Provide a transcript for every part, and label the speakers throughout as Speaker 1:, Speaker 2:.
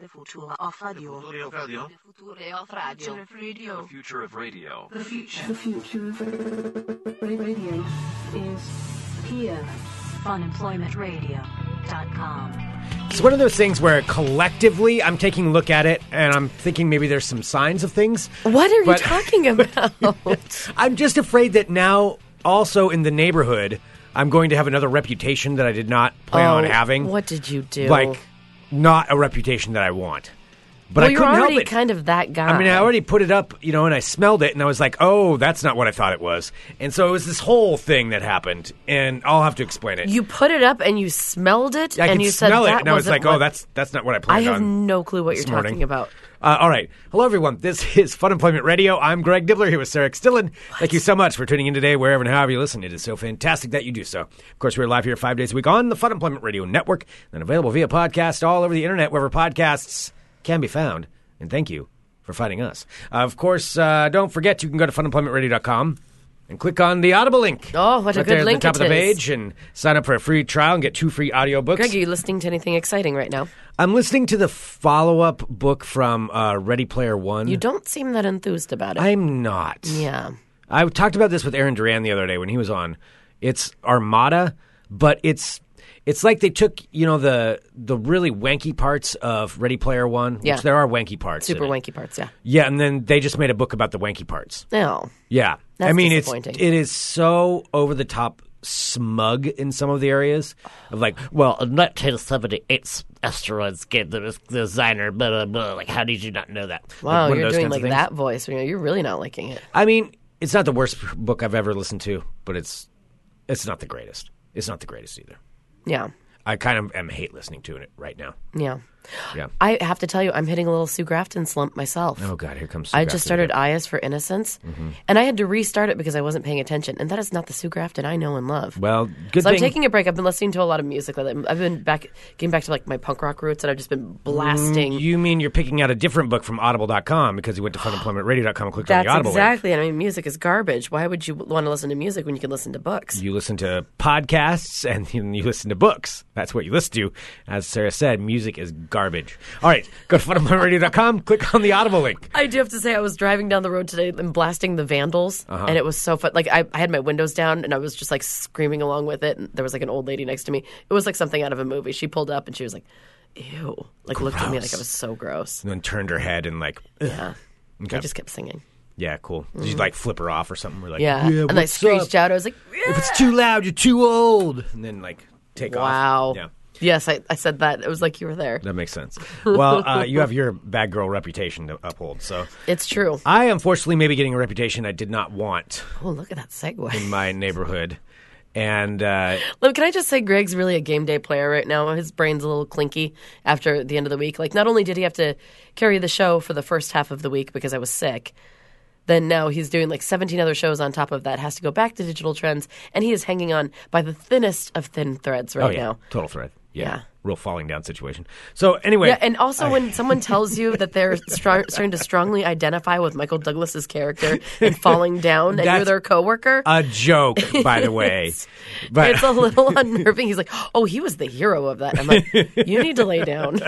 Speaker 1: The future of radio.
Speaker 2: Tutorial Radio.
Speaker 1: The future of radio.
Speaker 2: The
Speaker 1: radio.
Speaker 2: future of radio.
Speaker 3: The future.
Speaker 4: The future of ra- radio is here.
Speaker 1: Unemploymentradio.com.
Speaker 5: It's one of those things where collectively I'm taking a look at it and I'm thinking maybe there's some signs of things.
Speaker 6: What are
Speaker 5: But-
Speaker 6: you talking about?
Speaker 5: I'm just afraid that now, also in the neighborhood, I'm going to have another reputation that I did not plan on
Speaker 6: Oh,
Speaker 5: having.
Speaker 6: What did you do?
Speaker 5: Like, not a reputation that I want. But
Speaker 6: well,
Speaker 5: I
Speaker 6: you're
Speaker 5: couldn't
Speaker 6: already
Speaker 5: help it.
Speaker 6: kind of that guy.
Speaker 5: I mean, I already put it up, you know, and I smelled it, and I was like, "Oh, that's not what I thought it was." And so it was this whole thing that happened, and I'll have to explain it.
Speaker 6: You put it up and you smelled it
Speaker 5: I
Speaker 6: and
Speaker 5: could
Speaker 6: you said
Speaker 5: smell it,
Speaker 6: that
Speaker 5: and I was
Speaker 6: wasn't
Speaker 5: like,
Speaker 6: what-
Speaker 5: "Oh, that's that's not what I
Speaker 6: I
Speaker 5: planned
Speaker 6: have
Speaker 5: on."
Speaker 6: no clue what you're
Speaker 5: this
Speaker 6: talking
Speaker 5: morning.
Speaker 6: about.
Speaker 5: Uh, all right. Hello, everyone. This is Fun Employment Radio. I'm Greg Dibbler here with Sarah Stillin. Thank you so much for tuning in today, wherever and however you listen. It is so fantastic that you do so. Of course, we're live here five days a week on the Fun Employment Radio Network and available via podcast all over the internet, wherever podcasts can be found. And thank you for finding us. Uh, of course, uh, don't forget you can go to funemploymentradio.com. And click on the Audible link.
Speaker 6: Oh, what a
Speaker 5: right
Speaker 6: good
Speaker 5: there at
Speaker 6: link
Speaker 5: the top
Speaker 6: it
Speaker 5: of the
Speaker 6: is.
Speaker 5: page, and sign up for a free trial and get two free audiobooks.
Speaker 6: Greg, are you listening to anything exciting right now?
Speaker 5: I'm listening to the follow up book from uh, Ready Player One.
Speaker 6: You don't seem that enthused about it.
Speaker 5: I'm not.
Speaker 6: yeah.
Speaker 5: I talked about this with Aaron Duran the other day when he was on. It's Armada, but it's it's like they took you know the the really wanky parts of Ready Player One,
Speaker 6: Yeah.
Speaker 5: which there are wanky parts, in
Speaker 6: Super
Speaker 5: it.
Speaker 6: wanky parts, yeah.
Speaker 5: Yeah, and then they just made a book about the wanky parts.
Speaker 6: No.
Speaker 5: Yeah, I
Speaker 6: That's
Speaker 5: mean it's
Speaker 6: disappointing.
Speaker 5: it is so over the top smug in some of the areas of like
Speaker 7: Well, in 1978's asteroid skin, the dis- designer, blah, blah, blah. Like, how did you not know that?
Speaker 6: Wow,
Speaker 5: one of
Speaker 6: you're
Speaker 5: those
Speaker 6: doing
Speaker 5: kinds of
Speaker 6: like
Speaker 5: things.
Speaker 6: that voice. You know, you're really not liking it.
Speaker 5: I mean, it's not the worst book I've ever listened to, but it's it's not the greatest. It's not the greatest either.
Speaker 6: Yeah.
Speaker 5: I kind of am hate listening to it right now.
Speaker 6: Yeah.
Speaker 5: Yeah.
Speaker 6: I have to tell you, I'm hitting a little Sue Grafton slump myself.
Speaker 5: Oh God, here comes. Sue
Speaker 6: I just
Speaker 5: Grafton Mm-hmm.
Speaker 6: started
Speaker 5: again.
Speaker 6: IS for Innocence, and I had to restart it because I wasn't paying attention. And that is not the Sue Grafton I know and love.
Speaker 5: Well, good
Speaker 6: so
Speaker 5: thing.
Speaker 6: I'm taking a break. I've been listening to a lot of music. lately. I've been back, getting back to like my punk rock roots, and I've just been blasting.
Speaker 5: Mm, you mean you're picking out a different book from Audible.com because you went to FunEmploymentRadio.com and clicked on
Speaker 6: That's
Speaker 5: the Audible link.
Speaker 6: exactly. And I mean, music is garbage. Why would you want to listen to music when you can listen to books?
Speaker 5: You listen to podcasts and then you listen to books. That's what you listen to. As Sarah said, music is garbage. All right, go to funemploymentradio.com, click on the Audible link.
Speaker 6: I do have to say, I was driving down the road today and blasting the Vandals,
Speaker 5: Uh-huh.
Speaker 6: and it was so fun. Like I, I had my windows down, and I was just like screaming along with it. And there was like an old lady next to me. It was like something out of a movie. She pulled up, and she was like, "Ew!" Like looked at me like I
Speaker 5: Gross.
Speaker 6: was so gross.
Speaker 5: And then turned her head and like,
Speaker 6: Yeah.
Speaker 5: Okay.
Speaker 6: I just kept singing.
Speaker 5: yeah, cool. Did you like flip her off or something? We're like,
Speaker 6: Yeah. and I
Speaker 5: what's
Speaker 6: screeched
Speaker 5: up?
Speaker 6: out. I was like,
Speaker 5: If it's too loud, you're too old. And then like take
Speaker 6: "Wow."
Speaker 5: off. Yeah.
Speaker 6: Yes, I, I said that. It was like you were there.
Speaker 5: That makes sense. Well, uh, you have your bad girl reputation to uphold. So
Speaker 6: It's true.
Speaker 5: I unfortunately may be getting a reputation I did not want
Speaker 6: Oh, look at that segue.
Speaker 5: in my neighborhood. And uh,
Speaker 6: Look, can I just say Greg's really a game day player right now? His brain's a little clinky after the end of the week. Like, not only did he have to carry the show for the first half of the week because I was sick, then now he's doing like 17 other shows on top of that, has to go back to digital trends, and he is hanging on by the thinnest of thin threads right
Speaker 5: oh yeah,
Speaker 6: now.
Speaker 5: total threat. Yeah.
Speaker 6: Yeah.
Speaker 5: real falling down situation. So anyway,
Speaker 6: Yeah, and also when someone tells you that they're strong, starting to strongly identify with Michael Douglas's character and falling down, and you're
Speaker 5: That's-
Speaker 6: their coworker,
Speaker 5: a joke, by the way. but
Speaker 6: it's a little unnerving. He's like, "Oh, he was the hero of that." I'm like, "You need to lay down."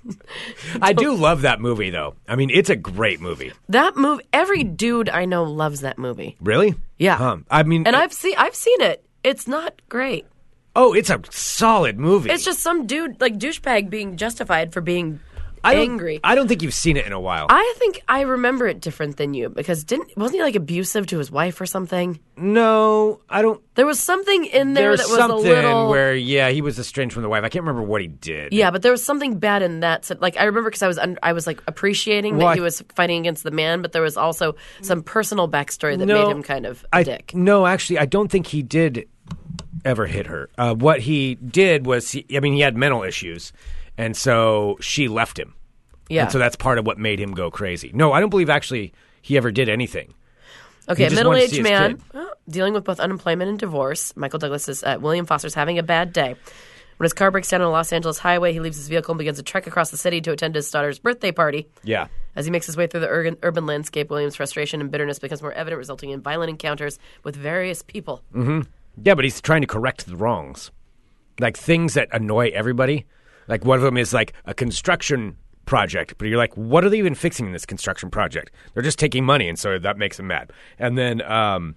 Speaker 5: I do love that movie, though. I mean, it's a great movie.
Speaker 6: That move, every dude I know loves that movie.
Speaker 5: Really?
Speaker 6: Yeah.
Speaker 5: Huh. I mean,
Speaker 6: And I've seen I've seen it. It's not great.
Speaker 5: oh, it's a solid movie.
Speaker 6: It's just some dude like douchebag being justified for being
Speaker 5: I don't-
Speaker 6: angry. I,
Speaker 5: I don't think you've seen it in a while.
Speaker 6: think I remember it different than you because didn't wasn't he like abusive to his wife or something?
Speaker 5: no, I don't.
Speaker 6: There was something in there
Speaker 5: There's
Speaker 6: that was
Speaker 5: something
Speaker 6: a little
Speaker 5: where yeah, he was estranged from the wife. I can't remember what he did.
Speaker 6: yeah, but there was something bad in that. So, like I remember because I was un- I was like appreciating
Speaker 5: Well,
Speaker 6: that
Speaker 5: I-
Speaker 6: he was fighting against the man, but there was also some personal backstory that
Speaker 5: No,
Speaker 6: made him kind of a
Speaker 5: I,
Speaker 6: dick.
Speaker 5: No, actually, I don't think he did ever hit her. Uh, what he did was, he, I mean, he had mental issues, and so she left him.
Speaker 6: Yeah.
Speaker 5: And so that's part of what made him go crazy. No, I don't believe actually he ever did anything.
Speaker 6: Okay,
Speaker 5: He
Speaker 6: a
Speaker 5: just wanted to
Speaker 6: middle-aged
Speaker 5: see his
Speaker 6: man
Speaker 5: kid.
Speaker 6: uh, dealing with both unemployment and divorce. Michael Douglas is uh, William Foster's having a bad day. When his car breaks down on a Los Angeles highway, he leaves his vehicle and begins a trek across the city to attend his daughter's birthday party.
Speaker 5: Yeah.
Speaker 6: As he makes his way through the urban, urban landscape, William's frustration and bitterness becomes more evident, resulting in violent encounters with various people.
Speaker 5: Mm, Yeah, but he's trying to correct the wrongs, like things that annoy everybody. Like one of them is like a construction project, but you're like, what are they even fixing in this construction project? They're just taking money, and so that makes them mad. And then um,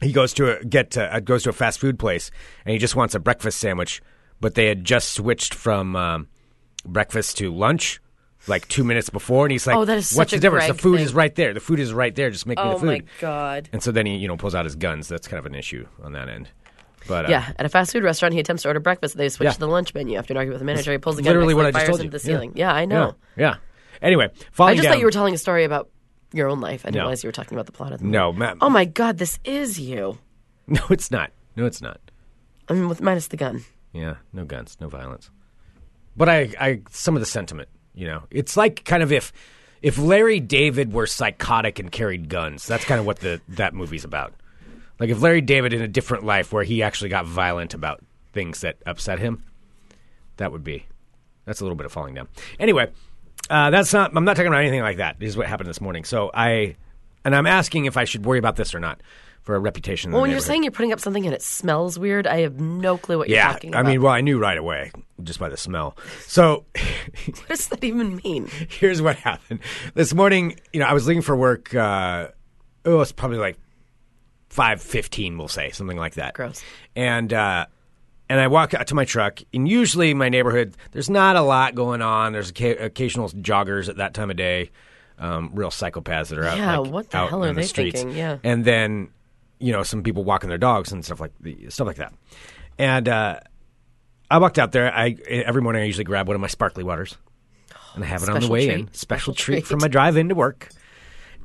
Speaker 5: he goes to a, get to, uh, goes to a fast food place, and he just wants a breakfast sandwich, but they had just switched from um, breakfast to lunch. Like two minutes before, and he's like,
Speaker 6: Oh, that is
Speaker 5: "What's
Speaker 6: such
Speaker 5: the
Speaker 6: a
Speaker 5: difference?
Speaker 6: Greg
Speaker 5: the food is
Speaker 6: thing.
Speaker 5: right there. The food is right there. Just make me
Speaker 6: Oh
Speaker 5: the food."
Speaker 6: my god.
Speaker 5: And so then he, you know, pulls out his guns. That's kind of an issue on that end. But uh,
Speaker 6: Yeah, at a fast food restaurant, he attempts to order breakfast. They switch
Speaker 5: Yeah.
Speaker 6: to the lunch menu after an argument with the manager. He pulls the gun,
Speaker 5: literally
Speaker 6: back,
Speaker 5: what
Speaker 6: like,
Speaker 5: I just
Speaker 6: fires
Speaker 5: told you.
Speaker 6: into the
Speaker 5: Yeah.
Speaker 6: ceiling. Yeah, I
Speaker 5: yeah,
Speaker 6: know.
Speaker 5: yeah. Anyway,
Speaker 6: I
Speaker 5: falling
Speaker 6: just
Speaker 5: down.
Speaker 6: thought you were telling a story about your own life. I didn't
Speaker 5: No.
Speaker 6: realize you were talking about the plot of the movie.
Speaker 5: no, ma-
Speaker 6: Oh my god, this is you.
Speaker 5: no, it's not. No, it's not.
Speaker 6: I mean, with minus the gun.
Speaker 5: Yeah, no guns, no violence. But I, I, some of the sentiment, you know, it's like kind of if, if Larry David were psychotic and carried guns. That's kind of what the that movie's about. Like if Larry David in a different life where he actually got violent about things that upset him, that would be. That's a little bit of falling down. Anyway, uh, that's not. I'm not talking about anything like that. This is what happened this morning. So I, and I'm asking if I should worry about this or not for a reputation. in the
Speaker 6: Well, when you're
Speaker 5: neighborhood.
Speaker 6: saying you're putting up something and it smells weird, I have no clue what
Speaker 5: Yeah,
Speaker 6: you're talking about.
Speaker 5: I mean, well, I knew right away just by the smell. So
Speaker 6: what does that even mean?
Speaker 5: here's what happened this morning. You know, I was looking for work. Uh, oh, it's probably like five fifteen, we'll say something like that.
Speaker 6: Gross.
Speaker 5: And uh, and I walk out to my truck, and usually in my neighborhood, there's not a lot going on. There's occa- occasional joggers at that time of day, um, real psychopaths that are out.
Speaker 6: Yeah,
Speaker 5: like,
Speaker 6: what the
Speaker 5: out
Speaker 6: hell are
Speaker 5: on the
Speaker 6: they
Speaker 5: streets.
Speaker 6: thinking? Yeah.
Speaker 5: and then you know some people walking their dogs and stuff like the, stuff like that. And uh, I walked out there. I every morning I usually grab one of my sparkly waters, and I have it on the
Speaker 6: Special
Speaker 5: way
Speaker 6: treat.
Speaker 5: in. Special
Speaker 6: Special
Speaker 5: treat for
Speaker 6: treat.
Speaker 5: my drive in to work.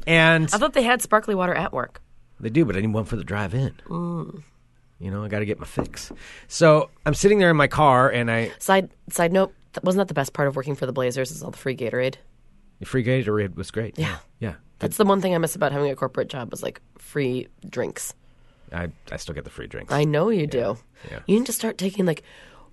Speaker 5: And
Speaker 6: I thought they had sparkly water at work.
Speaker 5: they do, but I need one for the drive in.
Speaker 6: Mm.
Speaker 5: You know, I got to get my fix. So I'm sitting there in my car, and I
Speaker 6: Side side note, th- wasn't that the best part of working for the Blazers? Is all the free Gatorade.
Speaker 5: the free Gatorade was great.
Speaker 6: Yeah.
Speaker 5: yeah.
Speaker 6: That's the one thing I miss about having a corporate job was like free drinks.
Speaker 5: I I still get the free drinks.
Speaker 6: I know you do.
Speaker 5: yeah.
Speaker 6: You need to start taking like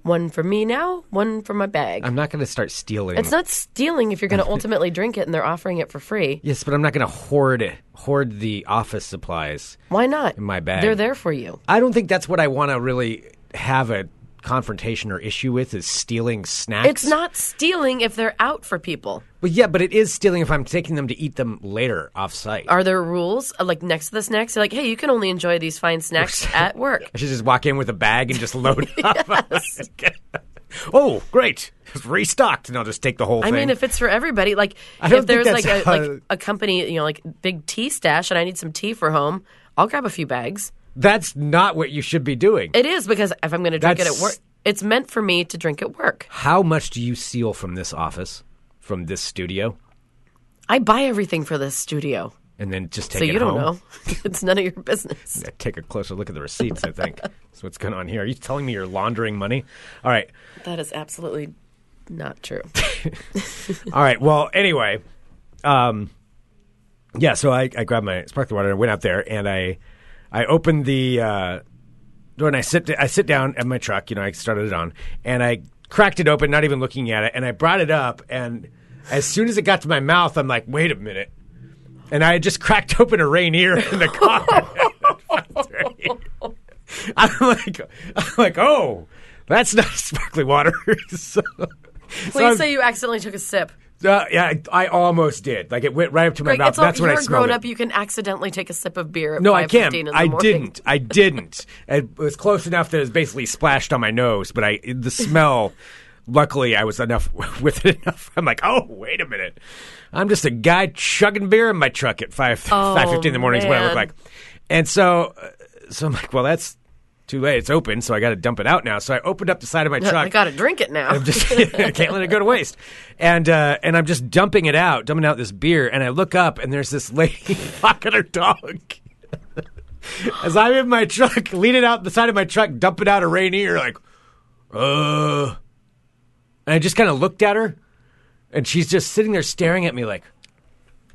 Speaker 6: one for me now, one for my bag.
Speaker 5: I'm not going to start stealing.
Speaker 6: it's not stealing if you're going to ultimately drink it and they're offering it for free.
Speaker 5: yes, but I'm not going to hoard it. Hoard the office supplies.
Speaker 6: Why not?
Speaker 5: my bag.
Speaker 6: They're there for you.
Speaker 5: I don't think that's what I want to really have a confrontation or issue with is stealing snacks.
Speaker 6: It's not stealing if they're out for people.
Speaker 5: But yeah, but it is stealing if I'm taking them to eat them later off site.
Speaker 6: Are there rules uh, like next to the snacks? You're like, hey, you can only enjoy these fine snacks at work.
Speaker 5: I should just walk in with a bag and just load up. oh, great! It's restocked, and I'll just take the whole
Speaker 6: I
Speaker 5: thing.
Speaker 6: mean, if it's for everybody, like
Speaker 5: I don't
Speaker 6: if there's
Speaker 5: think
Speaker 6: like a,
Speaker 5: that's how-
Speaker 6: like a company, you know, like big tea stash, and I need some tea for home, I'll grab a few bags.
Speaker 5: that's not what you should be doing.
Speaker 6: It is because if I'm going to drink it
Speaker 5: That's-
Speaker 6: at work, it's meant for me to drink at work.
Speaker 5: How much do you steal from this office, from this studio,
Speaker 6: I buy everything for this studio,
Speaker 5: and then just take
Speaker 6: so
Speaker 5: it
Speaker 6: you don't
Speaker 5: home?
Speaker 6: know. it's none of your business.
Speaker 5: I take a closer look at the receipts. I think that's what's going on here. Are you telling me you're laundering money? All right.
Speaker 6: That is absolutely not true.
Speaker 5: All right. Well, anyway, um, yeah. So I, I grabbed my sparkling water and I went out there and I, I opened the uh, door and I sit I sit down at my truck. You know, I started it on and I cracked it open, not even looking at it, and I brought it up and as soon as it got to my mouth, I'm like, wait a minute. And I had just cracked open a Rainier in the car. I'm like, I'm like, oh, that's not sparkling water. so, so
Speaker 6: Please
Speaker 5: I'm-
Speaker 6: say you accidentally took a sip.
Speaker 5: uh, yeah, I, I almost did. Like it went right up to my
Speaker 6: Greg,
Speaker 5: mouth.
Speaker 6: it's all,
Speaker 5: That's
Speaker 6: you're
Speaker 5: when I
Speaker 6: a
Speaker 5: smelled
Speaker 6: grown
Speaker 5: it.
Speaker 6: up. You can accidentally take a sip of beer. At
Speaker 5: no, I
Speaker 6: 5:15 in
Speaker 5: can't.
Speaker 6: the
Speaker 5: I
Speaker 6: morning.
Speaker 5: didn't. I didn't. it was close enough that it was basically splashed on my nose, but I the smell. luckily, I was enough with it enough. I'm like, oh, wait a minute. I'm just a guy chugging beer in my truck at five
Speaker 6: Oh,
Speaker 5: five fifteen in the morning is what I look
Speaker 6: man.
Speaker 5: like. And so, uh, so I'm like, well, that's too late. It's open, so I got to dump it out now. So I opened up the side of my truck.
Speaker 6: I gotta drink it now.
Speaker 5: I'm just I can't let it go to waste. And uh, and I'm just dumping it out, dumping out this beer, and I look up and there's this lady fucking her dog. As I'm in my truck, leaning out the side of my truck, dumping out a Rainier, like, uh and I just kind of looked at her, and she's just sitting there staring at me like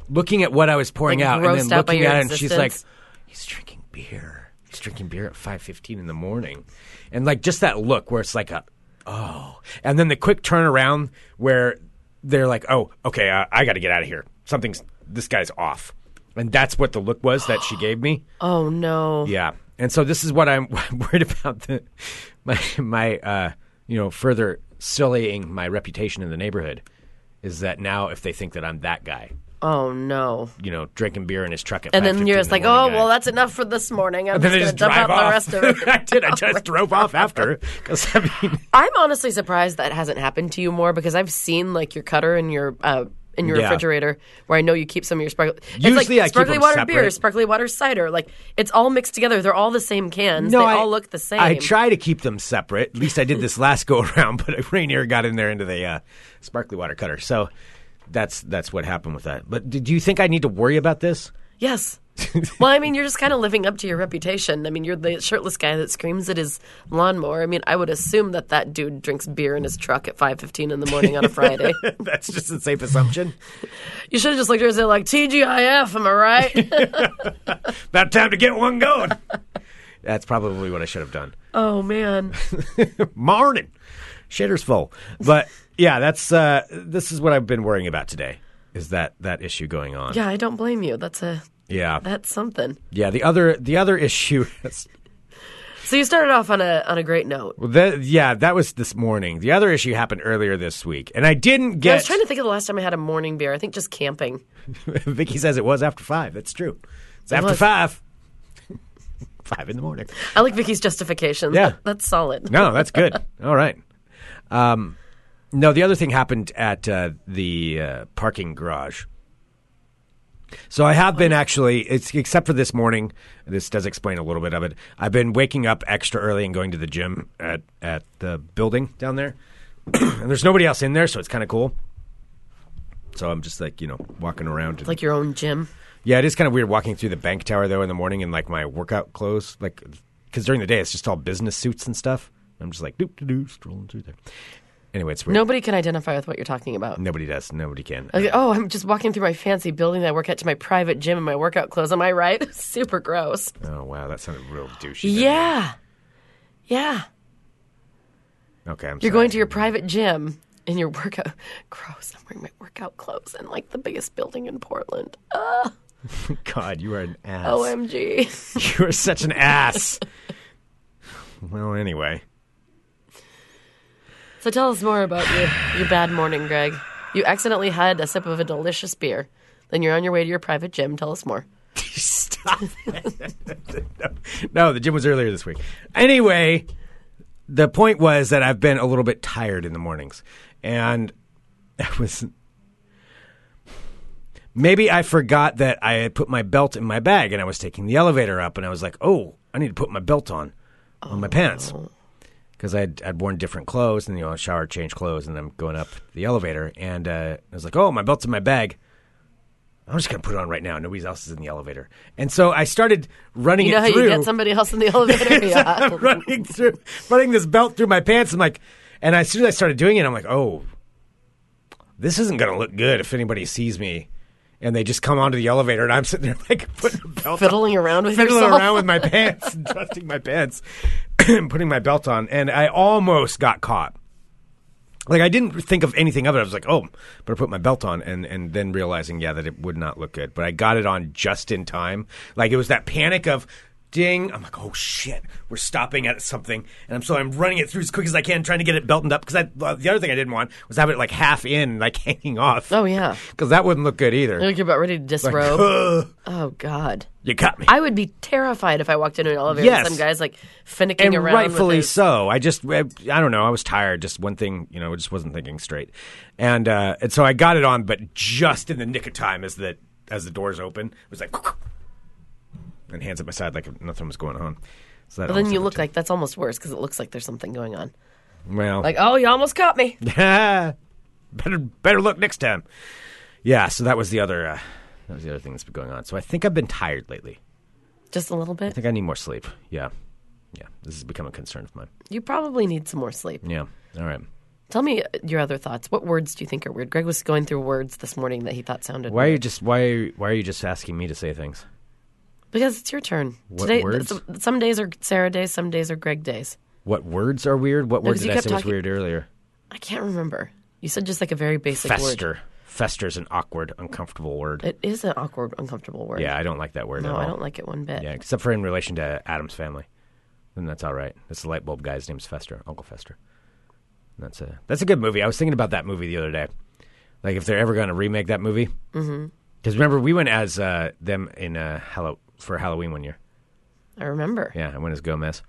Speaker 5: looking at what I was pouring
Speaker 6: Like,
Speaker 5: out and then
Speaker 6: grossed out by
Speaker 5: looking
Speaker 6: your
Speaker 5: at it and she's like,
Speaker 6: existence?
Speaker 5: He's drinking beer. He's drinking beer at five fifteen in the morning. And like just that look where it's like a oh and then the quick turnaround where they're like, Oh, okay, uh, I gotta get out of here. Something's this guy's off. And that's what the look was that she gave me.
Speaker 6: oh no.
Speaker 5: Yeah, and so this is what I'm worried about the my my uh, you know further sullying my reputation in the neighborhood. Is that now if they think that I'm that guy,
Speaker 6: Oh no.
Speaker 5: you know, drinking beer in his truck at
Speaker 6: And then
Speaker 5: 5:15
Speaker 6: you're
Speaker 5: in
Speaker 6: just
Speaker 5: the
Speaker 6: like, oh
Speaker 5: morning guy."
Speaker 6: well, that's enough for this morning. I'm
Speaker 5: And then I
Speaker 6: just
Speaker 5: just
Speaker 6: gonna dump
Speaker 5: drive
Speaker 6: out
Speaker 5: off.
Speaker 6: the rest of it.
Speaker 5: I did. I just drove off after because I mean,
Speaker 6: I'm honestly surprised that hasn't happened to you more because I've seen like your cutter in your uh, in your
Speaker 5: Yeah.
Speaker 6: refrigerator where I know you keep some of your sparkling. it's
Speaker 5: Usually
Speaker 6: like
Speaker 5: I keep
Speaker 6: sparkly
Speaker 5: them
Speaker 6: water beer,
Speaker 5: separate.
Speaker 6: sparkly water cider. Like it's all mixed together. They're all the same cans. they
Speaker 5: I-
Speaker 6: all look the same.
Speaker 5: I try to keep them separate. At least I did this last go around, but Rainier got in there into the uh, sparkly water cutter. So that's that's what happened with that. But did you think I need to worry about this?
Speaker 6: Yes. well, I mean, you're just kind of living up to your reputation. I mean, you're the shirtless guy that screams at his lawnmower. I mean, I would assume that that dude drinks beer in his truck at 5:15 in the morning on a Friday.
Speaker 5: that's just a safe assumption.
Speaker 6: you should have just looked at her and said, like, "TGIF," am I right?
Speaker 5: About time to get one going. that's probably what I should have done.
Speaker 6: oh man.
Speaker 5: Morning, shitter's full. But yeah, that's uh, this is what I've been worrying about today. Is that that issue going on?
Speaker 6: Yeah, I don't blame you. That's a
Speaker 5: yeah.
Speaker 6: that's something.
Speaker 5: Yeah, the other the other issue. is-
Speaker 6: So you started off on a on a great note.
Speaker 5: well, that, yeah, that was this morning. The other issue happened earlier this week, and I didn't get.
Speaker 6: I was trying to think of the last time I had a morning beer. I think just camping.
Speaker 5: Vicky says it was after five. That's true. It's after
Speaker 6: was.
Speaker 5: five. five in the morning.
Speaker 6: I like Vicky's justification.
Speaker 5: Yeah.
Speaker 6: That- that's solid.
Speaker 5: No, that's good. All right. Um, no, the other thing happened at uh, the uh, parking garage. So I have been actually, it's, except for this morning. This does explain a little bit of it. I've been waking up extra early and going to the gym at at the building down there, and there's nobody else in there, so it's kind of cool. So I'm just like you know walking around. and-
Speaker 6: Like your own gym.
Speaker 5: yeah, it is kind of weird walking through the bank tower though in the morning in like my workout clothes, like because during the day it's just all business suits and stuff. I'm just like doop doo doo strolling through there. Anyway, it's weird.
Speaker 6: Nobody can identify with what you're talking about.
Speaker 5: Nobody does. Nobody can.
Speaker 6: Like, oh, I'm just walking through my fancy building that I work at to my private gym in my workout clothes. Am I right? Super gross.
Speaker 5: oh wow, that sounded real douchey. didn't
Speaker 6: Yeah. Yeah.
Speaker 5: it? Okay, I'm
Speaker 6: You're going to your private gym in your workout. Gross. I'm wearing my workout clothes in like the biggest building in Portland.
Speaker 5: God, you are an ass.
Speaker 6: OMG.
Speaker 5: you are such an ass. well, anyway.
Speaker 6: so tell us more about your, your bad morning, Greg. You accidentally had a sip of a delicious beer. Then you're on your way to your private gym. Tell us more.
Speaker 5: Stop it. no, the gym was earlier this week. Anyway, the point was that I've been a little bit tired in the mornings. And I was. Maybe I forgot that I had put my belt in my bag and I was taking the elevator up and I was like, oh, I need to put my belt on, on my pants.
Speaker 6: Oh.
Speaker 5: Because I'd, I'd worn different clothes and, you know, shower, change clothes, and I'm going up the elevator. And uh, I was like, oh, my belt's in my bag. I'm just gonna put it on right now. Nobody else is in the elevator, and so I started running
Speaker 6: You know
Speaker 5: it
Speaker 6: how
Speaker 5: through,
Speaker 6: you get somebody else in the elevator? yeah.
Speaker 5: running through, running this belt through my pants. I'm like, and as soon as I started doing it, I'm like, oh, this isn't gonna look good if anybody sees me, and they just come onto the elevator, and I'm sitting there like putting a belt on
Speaker 6: Fiddling around with
Speaker 5: fiddling
Speaker 6: yourself.
Speaker 5: around with my pants and dusting my pants and putting my belt on and i almost got caught like i didn't think of anything of it i was like oh better put my belt on and, and then realizing yeah that it would not look good but i got it on just in time like it was that panic of ding i'm like oh shit we're stopping at something and i'm so i'm running it through as quick as i can trying to get it belted up because the other thing i didn't want was have it like half in like hanging off
Speaker 6: Oh, yeah.
Speaker 5: because that wouldn't look good either
Speaker 6: Like you're about ready to
Speaker 5: Like,
Speaker 6: disrobe.
Speaker 5: "Ugh,
Speaker 6: Oh God,
Speaker 5: you cut me
Speaker 6: I would be terrified if I walked into an elevator
Speaker 5: Yes.
Speaker 6: and some guys like finicking
Speaker 5: and
Speaker 6: around. with
Speaker 5: rightfully
Speaker 6: his-
Speaker 5: so. I just, I, I don't know. I was tired. Just one thing, you know, I just wasn't thinking straight, and uh, and so I got it on, but just in the nick of time as the as the doors open, it was like, and hands at my side like nothing was going on. So that
Speaker 6: But then
Speaker 5: almost
Speaker 6: you
Speaker 5: didn't
Speaker 6: look like that's almost worse because it looks like there's something going on.
Speaker 5: do- well,
Speaker 6: Like, oh, you almost caught me.
Speaker 5: better better look next time. Yeah, so that was the other uh, that was the other thing that's been going on. So I think I've been tired lately.
Speaker 6: Just a little bit.
Speaker 5: I think I need more sleep. Yeah, yeah, this has become a concern of mine.
Speaker 6: You probably need some more sleep.
Speaker 5: Yeah, all right.
Speaker 6: Tell me uh, your other thoughts. What words do you think are weird? Greg was going through words this morning that he thought sounded
Speaker 5: Why are
Speaker 6: weird.
Speaker 5: you just why why are you just asking me to say things?
Speaker 6: because it's your turn.
Speaker 5: What
Speaker 6: Today,
Speaker 5: words?
Speaker 6: s- Some, days are Sarah days, some days are Greg days.
Speaker 5: What words are weird? What word
Speaker 6: 'cause
Speaker 5: did
Speaker 6: you
Speaker 5: I
Speaker 6: kept
Speaker 5: say was
Speaker 6: talking-
Speaker 5: weird earlier?
Speaker 6: I can't remember. You said just like a very basic word.
Speaker 5: Fester. Fester is an awkward, uncomfortable word.
Speaker 6: It is an awkward, uncomfortable word.
Speaker 5: yeah, I don't like that word at
Speaker 6: No,
Speaker 5: all.
Speaker 6: I don't like it one bit.
Speaker 5: Yeah, except for in relation to Adam's family. Then that's all right. That's the light bulb guy's name's Fester, Uncle Fester. That's a that's a good movie. I was thinking about that movie the other day. Like if they're ever going to remake that movie, because
Speaker 6: Mm-hmm.
Speaker 5: remember we went as uh, them in uh, Hallow- for Halloween one year.
Speaker 6: I remember.
Speaker 5: Yeah, I went as Gomez.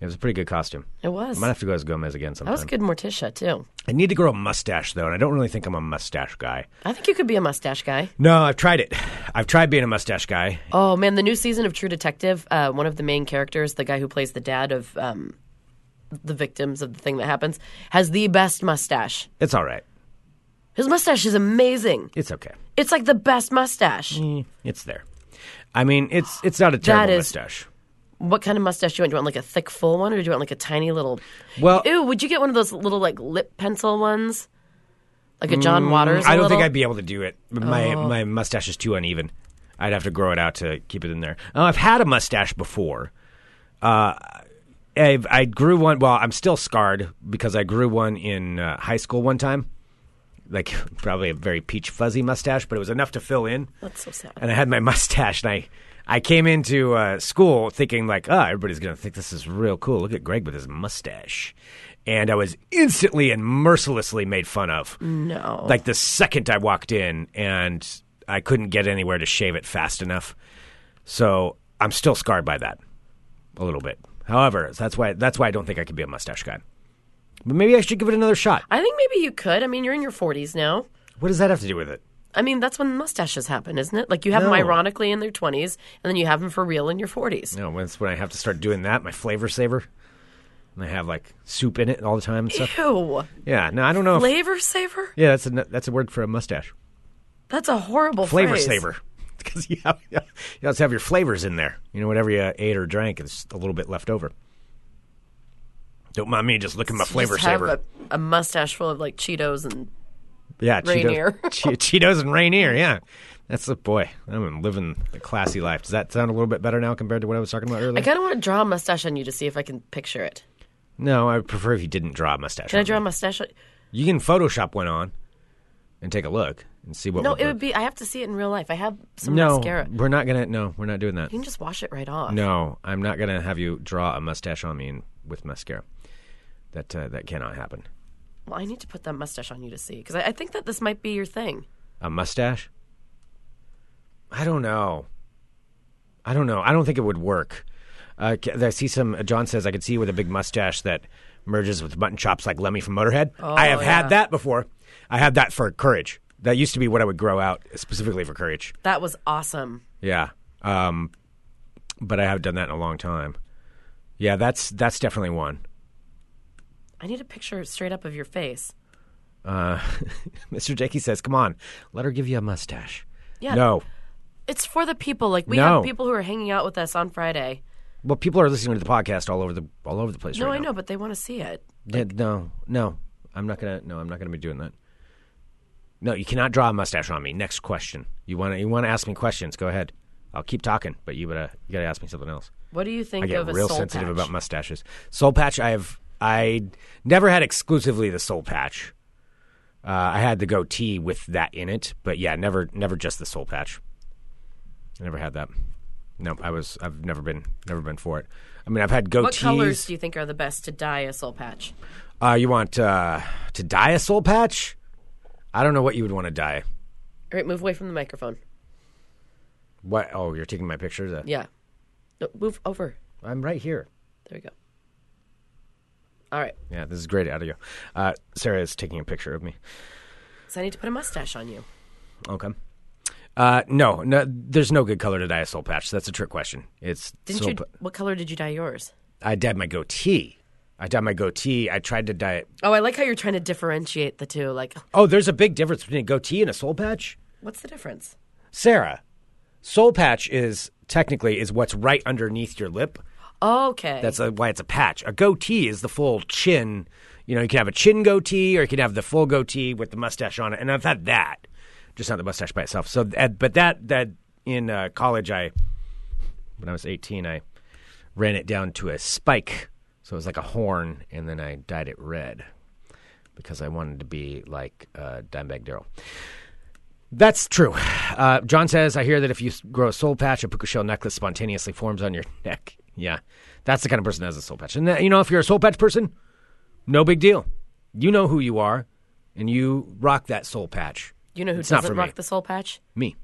Speaker 5: It was a pretty good costume.
Speaker 6: It was.
Speaker 5: I might have to go as Gomez again
Speaker 6: That
Speaker 5: sometime.
Speaker 6: was good Morticia, too.
Speaker 5: I need to grow a mustache though, and I don't really think I'm a mustache guy.
Speaker 6: I think you could be a mustache guy.
Speaker 5: No, I've tried it. I've tried being a mustache guy.
Speaker 6: Oh, man. The new season of True Detective, uh, one of the main characters, the guy who plays the dad of um, the victims of the thing that happens, has the best mustache.
Speaker 5: It's all right.
Speaker 6: His mustache is amazing.
Speaker 5: It's okay. Mm,
Speaker 6: It's like the best mustache.
Speaker 5: It's there. I mean, it's it's not a terrible
Speaker 6: is-
Speaker 5: mustache.
Speaker 6: What kind of mustache do you want? Do you want like a thick, full one, or do you want like a tiny little?
Speaker 5: Well,
Speaker 6: Ew! Would you get one of those little like lip pencil ones, like a John Waters?
Speaker 5: Mm, I don't think
Speaker 6: little? Oh.
Speaker 5: I'd be able to do it. My my mustache is too uneven. I'd have to grow it out to keep it in there. Uh, I've had a mustache before. Uh, I've, I grew one. Well, I'm still scarred because I grew one in uh, high school one time. Like probably a very peach fuzzy mustache, but it was enough to fill in.
Speaker 6: That's so sad.
Speaker 5: and I had my mustache, and I, I came into uh, school thinking like, oh, everybody's gonna think this is real cool. Look at Greg with his mustache, and I was instantly and mercilessly made fun of.
Speaker 6: No.
Speaker 5: Like the second I walked in, and I couldn't get anywhere to shave it fast enough, so I'm still scarred by that, a little bit. However, that's why that's why I don't think I could be a mustache guy. But maybe I should give it another shot.
Speaker 6: I think maybe you could. I mean, you're in your 40s now.
Speaker 5: What does that have to do with it?
Speaker 6: I mean, that's when mustaches happen, isn't it? Like you have them
Speaker 5: No.
Speaker 6: ironically in their 20s, and then you have them for real in your 40s.
Speaker 5: No, when it's when I have to start doing that, my flavor saver, and I have like soup in it all the time and stuff.
Speaker 6: Ew.
Speaker 5: Yeah, Oh. no, I don't know. If,
Speaker 6: Flavor saver?
Speaker 5: yeah, that's a that's a word for a mustache.
Speaker 6: That's a horrible
Speaker 5: Flavor
Speaker 6: phrase.
Speaker 5: saver, because you have you also have your flavors in there. You know, whatever you ate or drank, it's a little bit left over. Don't mind me just looking my
Speaker 6: You
Speaker 5: flavor
Speaker 6: just have
Speaker 5: saver.
Speaker 6: A, a mustache full of like Cheetos and
Speaker 5: yeah,
Speaker 6: Rainier.
Speaker 5: Cheetos, che- Cheetos and Rainier. Yeah, that's the boy. I'm living the classy life. Does that sound a little bit better now compared to what I was talking about earlier?
Speaker 6: I kind of want to draw a mustache on you to see if I can picture it.
Speaker 5: no, I would prefer if you didn't draw a mustache.
Speaker 6: Can I
Speaker 5: on me.
Speaker 6: draw a mustache? on-
Speaker 5: You can Photoshop one on and take a look and see what.
Speaker 6: No,
Speaker 5: would
Speaker 6: it
Speaker 5: look-
Speaker 6: would be. I have to see it in real life. I have some
Speaker 5: no.
Speaker 6: mascara. You
Speaker 5: We're not gonna. No, we're not doing that.
Speaker 6: can just wash it right off.
Speaker 5: No, I'm not gonna have you draw a mustache on me and, with mascara. That uh, that cannot happen.
Speaker 6: Well, I need to put that mustache on you to see because I, I think that this might be your thing.
Speaker 5: A mustache? I don't know. I don't know. I don't think it would work. Uh, c- I see some. John says I could see you with a big mustache that merges with mutton chops like Lemmy from Motorhead. I have
Speaker 6: Oh, yeah.
Speaker 5: had that before. I had that for Courage. That used to be what I would grow out specifically for Courage.
Speaker 6: That was awesome.
Speaker 5: Yeah. Um, but I haven't done that in a long time. Yeah, that's that's definitely one.
Speaker 6: I need a picture straight up of your face.
Speaker 5: Uh, Mr. Jakey says, "Come on, let her give you a mustache."
Speaker 6: Yeah.
Speaker 5: No.
Speaker 6: It's for the people. Like we
Speaker 5: No.
Speaker 6: have people who are hanging out with us on Friday.
Speaker 5: Well, people are listening to the podcast all over the all over the place.
Speaker 6: No,
Speaker 5: right
Speaker 6: I
Speaker 5: now.
Speaker 6: know, but they want to see it.
Speaker 5: Yeah, no, no, I'm not gonna. No, I'm not gonna be doing that. No, you cannot draw a mustache on me. Next question. You want to you want to ask me questions? Go ahead. I'll keep talking, but you gotta you gotta ask me something else.
Speaker 6: What do you think
Speaker 5: I get
Speaker 6: of a
Speaker 5: real
Speaker 6: soul
Speaker 5: sensitive
Speaker 6: patch?
Speaker 5: about mustaches. Soul patch, I have I never had exclusively the soul patch. Uh, I had the goatee with that in it, but yeah, never never just the soul patch. I never had that. No, I was I've never been never been for it. I mean, I've had goatees.
Speaker 6: What colors do you think are the best to dye a soul patch?
Speaker 5: uh, you want uh, to dye a soul patch? I don't know what you would want to dye.
Speaker 6: All right, move away from the microphone.
Speaker 5: What? Oh, you're taking my pictures. Uh,
Speaker 6: Yeah, no, move over.
Speaker 5: I'm right here.
Speaker 6: There we go. All right,
Speaker 5: Yeah, this is great audio. Uh, Sarah is taking a picture of me.
Speaker 6: so I need to put a mustache on you.
Speaker 5: Okay. Uh, no, no, there's no good color to dye a soul patch. That's a trick question. It's
Speaker 6: Didn't
Speaker 5: soul
Speaker 6: you?
Speaker 5: pa-
Speaker 6: What color did you dye yours?
Speaker 5: I dyed my goatee. I dyed my goatee. I tried to dye it.
Speaker 6: Oh, I like how you're trying to differentiate the two. Like,
Speaker 5: Oh, there's a big difference between a goatee and a soul patch,
Speaker 6: what's the difference?
Speaker 5: Sarah. Soul patch is technically is what's right underneath your lip.
Speaker 6: Okay,
Speaker 5: That's uh why it's a patch. A goatee is the full chin. You know, you can have a chin goatee or you can have the full goatee with the mustache on it. And I've had that, just not the mustache by itself. So, uh, but that that in uh, college, I when I was eighteen, I ran it down to a spike, so it was like a horn, and then I dyed it red because I wanted to be like uh, Dimebag Daryl. That's true. Uh, John says, I hear that if you s- grow a soul patch, a puka shell necklace spontaneously forms on your neck. Yeah, that's the kind of person that has a soul patch. And that, you know, if you're a soul patch person, no big deal. You know who you are, and you rock that soul patch.
Speaker 6: You know who
Speaker 5: It's not
Speaker 6: doesn't
Speaker 5: for me.
Speaker 6: rock the soul patch?
Speaker 5: Me.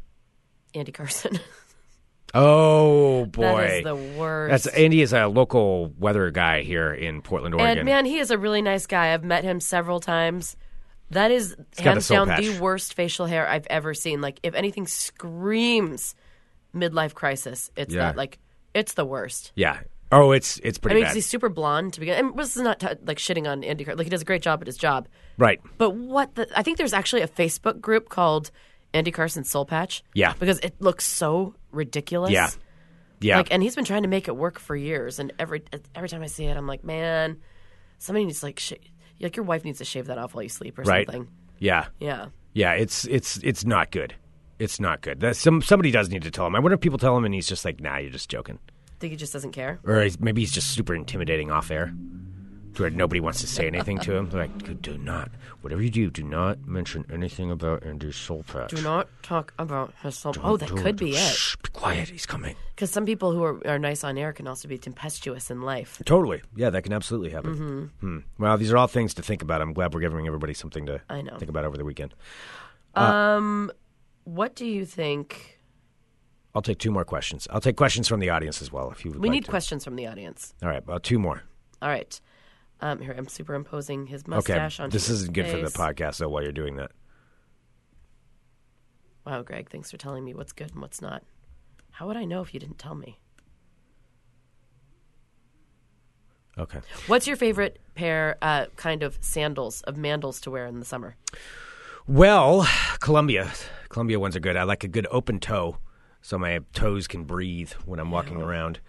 Speaker 6: Andy Carson.
Speaker 5: Oh boy,
Speaker 6: that is the worst.
Speaker 5: That's Andy is a local weather guy here in Portland, Oregon.
Speaker 6: and man, he is a really nice guy. I've met him several times. That is
Speaker 5: got a
Speaker 6: hands
Speaker 5: soul
Speaker 6: down the
Speaker 5: patch.
Speaker 6: worst facial hair I've ever seen. Like, if anything screams midlife crisis, it's
Speaker 5: Yeah.
Speaker 6: that. Like, it's the worst.
Speaker 5: yeah. Oh, it's it's
Speaker 6: I
Speaker 5: pretty
Speaker 6: mean, 'cause
Speaker 5: bad.
Speaker 6: he's super blonde to begin. And this is not t- like shitting on Andy. Car- Like, he does a great job at his job.
Speaker 5: Right.
Speaker 6: But what the? I think there's actually a Facebook group called Andy Carson Soul Patch.
Speaker 5: Yeah.
Speaker 6: because it looks so ridiculous.
Speaker 5: Yeah. Yeah.
Speaker 6: Like, and he's been trying to make it work for years. And every every time I see it, I'm like, man, somebody needs to, like sh- like your wife needs to shave that off while you sleep or
Speaker 5: right.
Speaker 6: something.
Speaker 5: Yeah.
Speaker 6: Yeah.
Speaker 5: Yeah. It's it's it's not good. It's not good. That some somebody does need to tell him. I wonder if people tell him and he's just like, nah, you're just joking,
Speaker 6: Think he just doesn't care.
Speaker 5: or he's, maybe he's just super intimidating off air, to where nobody wants to say anything to him. They're like, do not, whatever you do, do not mention anything about Andy's soul patch.
Speaker 6: Do not talk about his soul. Oh, that
Speaker 5: Do
Speaker 6: could be it.
Speaker 5: Shh, be quiet. He's coming.
Speaker 6: Because some people who are, are nice on air can also be tempestuous in life.
Speaker 5: Totally. Yeah, that can absolutely happen.
Speaker 6: Mm-hmm.
Speaker 5: Hmm. Well, these are all things to think about. I'm glad we're giving everybody something to
Speaker 6: I know.
Speaker 5: think about over the weekend.
Speaker 6: What do you think?
Speaker 5: I'll take two more questions. I'll take questions from the audience as well, if you would
Speaker 6: We
Speaker 5: like
Speaker 6: need
Speaker 5: to.
Speaker 6: questions from the audience.
Speaker 5: All right, well, two more.
Speaker 6: All right. Um, here, I'm superimposing his
Speaker 5: Okay,
Speaker 6: mustache onto
Speaker 5: this
Speaker 6: his
Speaker 5: isn't good for the
Speaker 6: face.
Speaker 5: podcast though. While you're doing that,
Speaker 6: Wow, Greg, thanks for telling me what's good and what's not. How would I know if you didn't tell me?
Speaker 5: okay.
Speaker 6: What's your favorite pair, uh, kind of sandals, of mandals to wear in the summer?
Speaker 5: Well, Columbia, Columbia ones are good. I like a good open toe, so my toes can breathe when I'm walking around.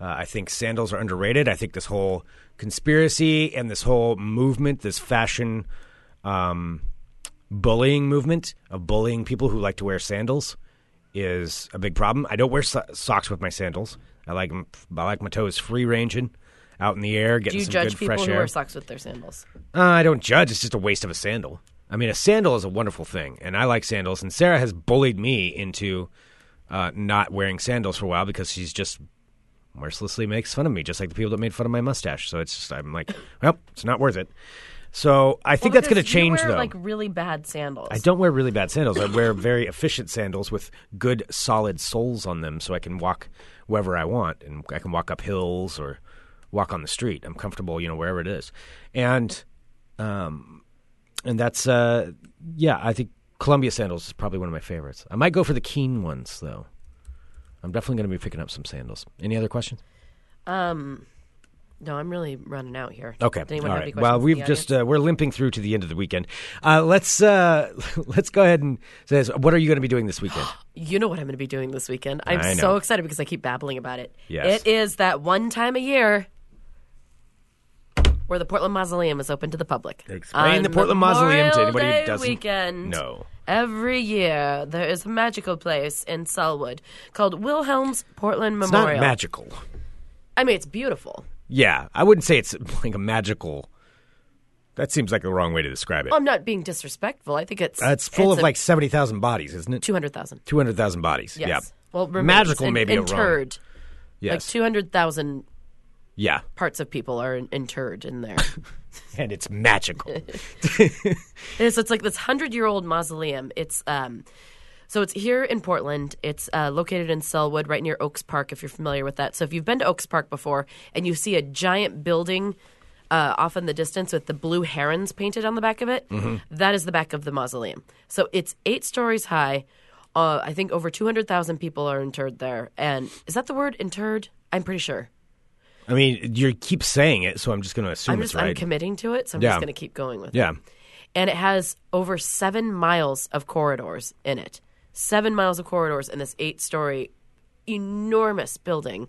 Speaker 5: Uh, I think sandals are underrated. I think this whole conspiracy and this whole movement, this fashion um, bullying movement of bullying people who like to wear sandals, is a big problem. I don't wear so- socks with my sandals. I like 'em- I like my toes free ranging, out in the air,
Speaker 6: Do
Speaker 5: getting
Speaker 6: you
Speaker 5: some
Speaker 6: judge
Speaker 5: good
Speaker 6: people
Speaker 5: fresh
Speaker 6: who
Speaker 5: air.
Speaker 6: wear socks with their sandals?
Speaker 5: Uh, I don't judge. It's just a waste of a sandal. I mean, a sandal is a wonderful thing, and I like sandals. And Sarah has bullied me into uh, not wearing sandals for a while because she's just mercilessly makes fun of me, just like the people that made fun of my mustache. So it's just I'm like, well, it's not worth it. So I think that's going to change,
Speaker 6: you wear,
Speaker 5: though.
Speaker 6: Like really bad sandals.
Speaker 5: I don't wear really bad sandals. I wear very efficient sandals with good, solid soles on them, so I can walk wherever I want, and I can walk up hills or walk on the street. I'm comfortable, you know, wherever it is, and um, and that's uh, yeah. I think Columbia sandals is probably one of my favorites. I might go for the Keen ones though. I'm definitely going to be picking up some sandals. Any other questions?
Speaker 6: Um, No, I'm really running out here.
Speaker 5: Okay.
Speaker 6: Does anyone
Speaker 5: All
Speaker 6: have
Speaker 5: right.
Speaker 6: any questions
Speaker 5: well,
Speaker 6: from
Speaker 5: we've
Speaker 6: the
Speaker 5: just
Speaker 6: audience?
Speaker 5: uh, we're limping through to the end of the weekend. Uh, let's uh, let's go ahead and say this. What are you going to be doing this weekend?
Speaker 6: you know what I'm going to be doing this weekend. I'm
Speaker 5: I know.
Speaker 6: so excited because I keep babbling about it.
Speaker 5: Yes.
Speaker 6: It is that one time a year where the Portland Mausoleum is open to the public.
Speaker 5: Explain
Speaker 6: On
Speaker 5: the Portland Mausoleum to
Speaker 6: Memorial
Speaker 5: anybody who
Speaker 6: Day
Speaker 5: doesn't
Speaker 6: weekend.
Speaker 5: know.
Speaker 6: Every year, there is a magical place in Selwood called Wilhelm's Portland
Speaker 5: It's
Speaker 6: Memorial.
Speaker 5: not magical.
Speaker 6: I mean, it's beautiful.
Speaker 5: Yeah, I wouldn't say it's like a magical. That seems like the wrong way to describe it.
Speaker 6: I'm not being disrespectful. I think it's
Speaker 5: Uh, it's full
Speaker 6: Um, it's
Speaker 5: of
Speaker 6: a
Speaker 5: like seventy thousand bodies, isn't it?
Speaker 6: 200,000.
Speaker 5: Two hundred thousand bodies.
Speaker 6: Yes.
Speaker 5: Yeah.
Speaker 6: Well, remains
Speaker 5: magical
Speaker 6: in-
Speaker 5: may be a wrong.
Speaker 6: interred.
Speaker 5: Yes.
Speaker 6: Like 200,000
Speaker 5: yeah,
Speaker 6: parts of people are in- interred in there.
Speaker 5: and it's magical.
Speaker 6: And so it's like this hundred year old mausoleum. It's um, so it's here in Portland. It's uh, located in Selwood, right near Oaks Park. If you're familiar with that, so if you've been to Oaks Park before and you see a giant building. Uh, off in the distance with the blue herons painted on the back of it
Speaker 5: Mm-hmm.
Speaker 6: that is the back of the mausoleum so it's eight stories high uh, i think over 200000 people are interred there and is that the word interred i'm pretty sure
Speaker 5: I mean, you keep saying it, so I'm just going to assume
Speaker 6: i'm
Speaker 5: it's
Speaker 6: just i'm
Speaker 5: Mm, right.
Speaker 6: committing to it so i'm
Speaker 5: Yeah.
Speaker 6: just going to keep going with it
Speaker 5: yeah.
Speaker 6: and it has over seven miles of corridors in it. Seven miles of corridors in this eight-story, enormous building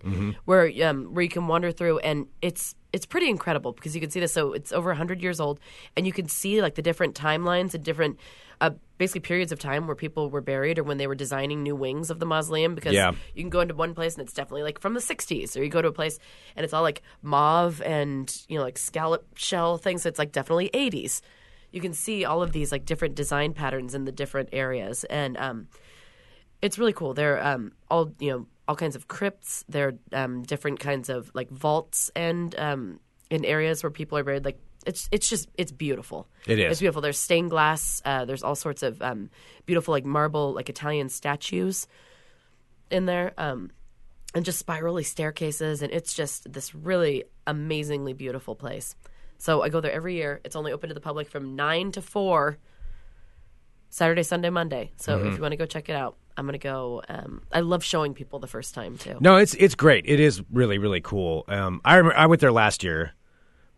Speaker 6: where um, where you can wander through, and it's it's pretty incredible because you can see this. So it's over hundred years old, and you can see like the different timelines and different. Uh, basically periods of time where people were buried or when they were designing new wings of the mausoleum because
Speaker 5: Yeah.
Speaker 6: you can go into one place and it's definitely like from the 60s or you go to a place and it's all like mauve and you know like scallop shell things so it's like definitely 80s you can see all of these like different design patterns in the different areas and um it's really cool they're um all you know all kinds of crypts they're um different kinds of like vaults and um in areas where people are buried like it's it's just it's beautiful.
Speaker 5: It is.
Speaker 6: It's beautiful. There's stained glass. Uh, there's all sorts of um, beautiful like marble like Italian statues in there, um, and just spirally staircases, and it's just this really amazingly beautiful place. So I go there every year. It's only open to the public from nine to four. Saturday, Sunday, Monday. So
Speaker 5: Mm-hmm.
Speaker 6: if you want to go check it out, I'm gonna go. Um, I love showing people the first time too.
Speaker 5: No, it's it's great. It is really really cool. Um, I remember I went there last year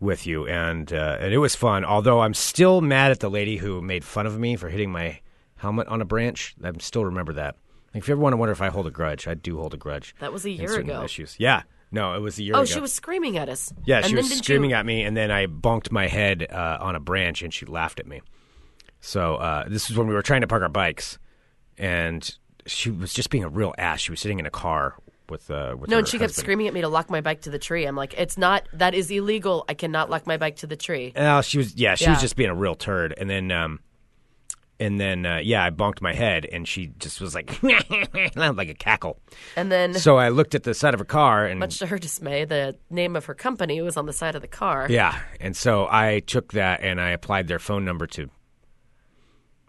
Speaker 5: with you, and uh, and it was fun. Although I'm still mad at the lady who made fun of me for hitting my helmet on a branch. I still remember that. If you ever want to wonder if I hold a grudge, I do hold a grudge.
Speaker 6: That was a
Speaker 5: in
Speaker 6: year
Speaker 5: certain
Speaker 6: ago.
Speaker 5: Issues. Yeah. No, it was a year
Speaker 6: Oh,
Speaker 5: ago.
Speaker 6: she was screaming at us.
Speaker 5: Yeah,
Speaker 6: And
Speaker 5: she
Speaker 6: then
Speaker 5: was
Speaker 6: didn't
Speaker 5: screaming
Speaker 6: you-
Speaker 5: at me, and then I bonked my head uh, on a branch, and she laughed at me. So uh, this is when we were trying to park our bikes, and she was just being a real ass. She was sitting in a car with uh, with
Speaker 6: No,
Speaker 5: her
Speaker 6: and she kept
Speaker 5: husband.
Speaker 6: screaming at me to lock my bike to the tree. I'm like, it's not. That is illegal. I cannot lock my bike to the tree.
Speaker 5: Oh, she was yeah, she was
Speaker 6: Yeah.
Speaker 5: just being a real turd, and then um, and then uh, yeah, I bonked my head, and she just was like like a cackle.
Speaker 6: And then,
Speaker 5: So I looked at the side of her car, and
Speaker 6: much to her dismay, the name of her company was on the side of the car.
Speaker 5: yeah, and so I took that and I applied their phone number to.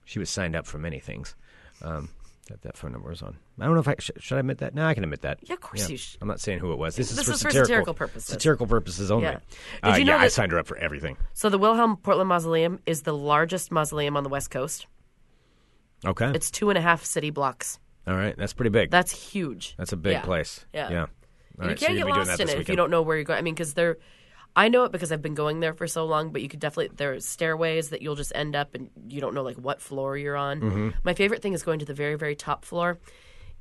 Speaker 5: She was signed up for many things. Um, that that phone number was on. I don't know if I sh- should I admit that. No, I can admit that.
Speaker 6: Yeah, of course you should.
Speaker 5: I'm not saying who it was. This, is,
Speaker 6: This
Speaker 5: for
Speaker 6: is for
Speaker 5: satirical,
Speaker 6: satirical purposes.
Speaker 5: Satirical purposes only.
Speaker 6: Yeah.
Speaker 5: Uh,
Speaker 6: Did you know
Speaker 5: yeah, I
Speaker 6: that-
Speaker 5: signed her up for everything.
Speaker 6: So the Wilhelm Portland Mausoleum is the largest mausoleum on the West Coast.
Speaker 5: Okay.
Speaker 6: It's two and a half city blocks.
Speaker 5: All right. That's pretty big.
Speaker 6: That's huge.
Speaker 5: That's a big
Speaker 6: Yeah.
Speaker 5: place.
Speaker 6: Yeah.
Speaker 5: Yeah. All
Speaker 6: you
Speaker 5: right, so
Speaker 6: can't
Speaker 5: you're gonna
Speaker 6: get
Speaker 5: be doing
Speaker 6: lost
Speaker 5: that
Speaker 6: in
Speaker 5: this
Speaker 6: it if you
Speaker 5: weekend.
Speaker 6: don't know where you're going. I mean, because there, I know it because I've been going there for so long. But you could definitely there's stairways that you'll just end up and you don't know like what floor you're on.
Speaker 5: Mm-hmm.
Speaker 6: My favorite thing is going to the very very top floor,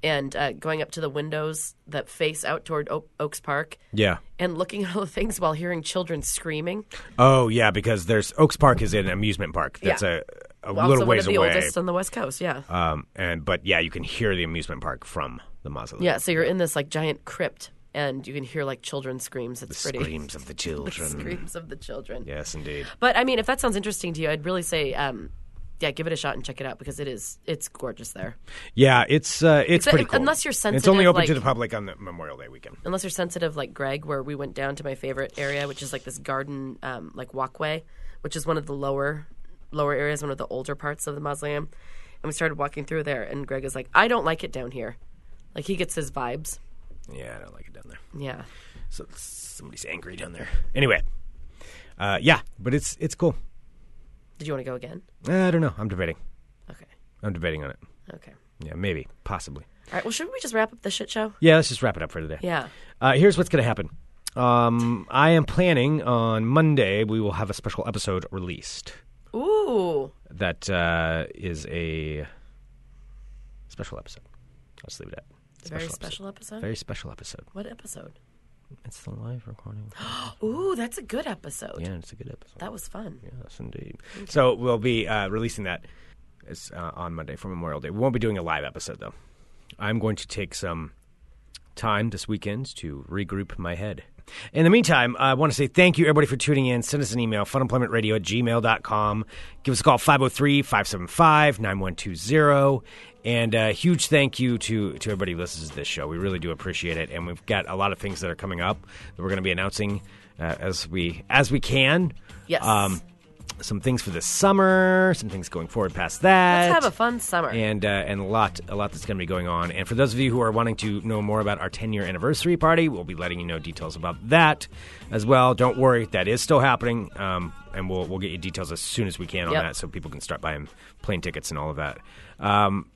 Speaker 6: and uh, going up to the windows that face out toward Oak, Oaks Park
Speaker 5: Yeah.
Speaker 6: and looking at all the things while hearing children screaming.
Speaker 5: Oh yeah, because there's Oaks Park is an amusement park. That's
Speaker 6: Yeah.
Speaker 5: a, a
Speaker 6: Well,
Speaker 5: little
Speaker 6: also
Speaker 5: ways
Speaker 6: one of the
Speaker 5: away.
Speaker 6: oldest on the West Coast. Yeah,
Speaker 5: Um, and but yeah, you can hear the amusement park from the mausoleum.
Speaker 6: yeah. So you're in this like giant crypt and you can hear like children screams. It's pretty
Speaker 5: Screams of the children.
Speaker 6: screams of the children.
Speaker 5: Yes, indeed.
Speaker 6: But I mean, if that sounds interesting to you, I'd really say, um, yeah, give it a shot and check it out because it is it's gorgeous there.
Speaker 5: Yeah, it's uh, it's
Speaker 6: Except
Speaker 5: pretty
Speaker 6: if-
Speaker 5: cool.
Speaker 6: unless you're
Speaker 5: It's only
Speaker 6: sensitive,
Speaker 5: open
Speaker 6: like-
Speaker 5: to the public on the Memorial Day weekend.
Speaker 6: Unless you're sensitive like Greg, where we went down to my favorite area, which is like this garden um, like walkway, which is one of the lower lower areas, one of the older parts of the mausoleum. And we started walking through there, and Greg is like, "I don't like it down here." Like he gets his vibes.
Speaker 5: Yeah, I don't like it down there.
Speaker 6: Yeah.
Speaker 5: So somebody's angry down there. Anyway, uh, yeah, but it's it's cool.
Speaker 6: Did you want to go again?
Speaker 5: Uh, I don't know. I'm debating.
Speaker 6: Okay.
Speaker 5: I'm debating on it.
Speaker 6: Okay. All
Speaker 5: Yeah, maybe, possibly.
Speaker 6: right. Well, shouldn't we just wrap up the shit show?
Speaker 5: Yeah, let's just wrap it up for today.
Speaker 6: Yeah.
Speaker 5: Uh, here's what's going to happen. Um, I am planning on Monday, we will have a special episode released
Speaker 6: Ooh.
Speaker 5: that uh, is a special episode. I'll just leave it at
Speaker 6: It's a very
Speaker 5: episode.
Speaker 6: special episode.
Speaker 5: Very special episode.
Speaker 6: What episode?
Speaker 5: It's the live recording.
Speaker 6: Ooh, that's a good episode.
Speaker 5: yeah, it's a good episode.
Speaker 6: That was fun.
Speaker 5: Yes, indeed. So we'll be uh, releasing that it's, uh, on Monday for Memorial Day. We won't be doing a live episode, though. I'm going to take some time this weekend to regroup my head. In the meantime, I want to say thank you, everybody, for tuning in. Send us an email, funemploymentradio at gmail.com. Give us a call, 503 575 9120. And a huge thank you to, to everybody who listens to this show. We really do appreciate it. And we've got a lot of things that are coming up that we're going to be announcing uh, as we as we can.
Speaker 6: Yes.
Speaker 5: Um, some things for the summer, some things going forward past that
Speaker 6: Let's have a fun summer.
Speaker 5: and uh, and a lot a lot that's going to be going on. And for those of you who are wanting to know more about our 10 year anniversary party, we'll be letting you know details about that as well. Don't worry, that is still happening, um, and we'll we'll get you details as soon as we can on
Speaker 6: Yep.
Speaker 5: that, so people can start buying plane tickets and all of that. Um,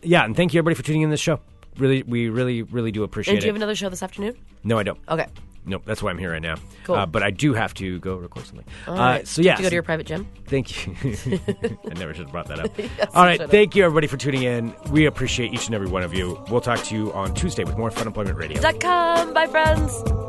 Speaker 5: yeah, and thank you everybody for tuning in this show. Really, we really really do appreciate
Speaker 6: and do you
Speaker 5: it. Uh,
Speaker 6: have another show this afternoon?
Speaker 5: no, I don't.
Speaker 6: Okay.
Speaker 5: Nope, that's why I'm here right now.
Speaker 6: Cool.
Speaker 5: Uh, but I do have to go record something.
Speaker 6: All
Speaker 5: uh,
Speaker 6: right.
Speaker 5: So
Speaker 6: Do you
Speaker 5: yeah,
Speaker 6: have to go to your private gym.
Speaker 5: Thank you. I never should have brought that up. All
Speaker 6: you
Speaker 5: right.
Speaker 6: should've.
Speaker 5: Thank you, everybody, for tuning in. We appreciate each and every one of you. We'll talk to you on Tuesday with more Fun Employment Radio.
Speaker 6: Dot com. Bye, friends.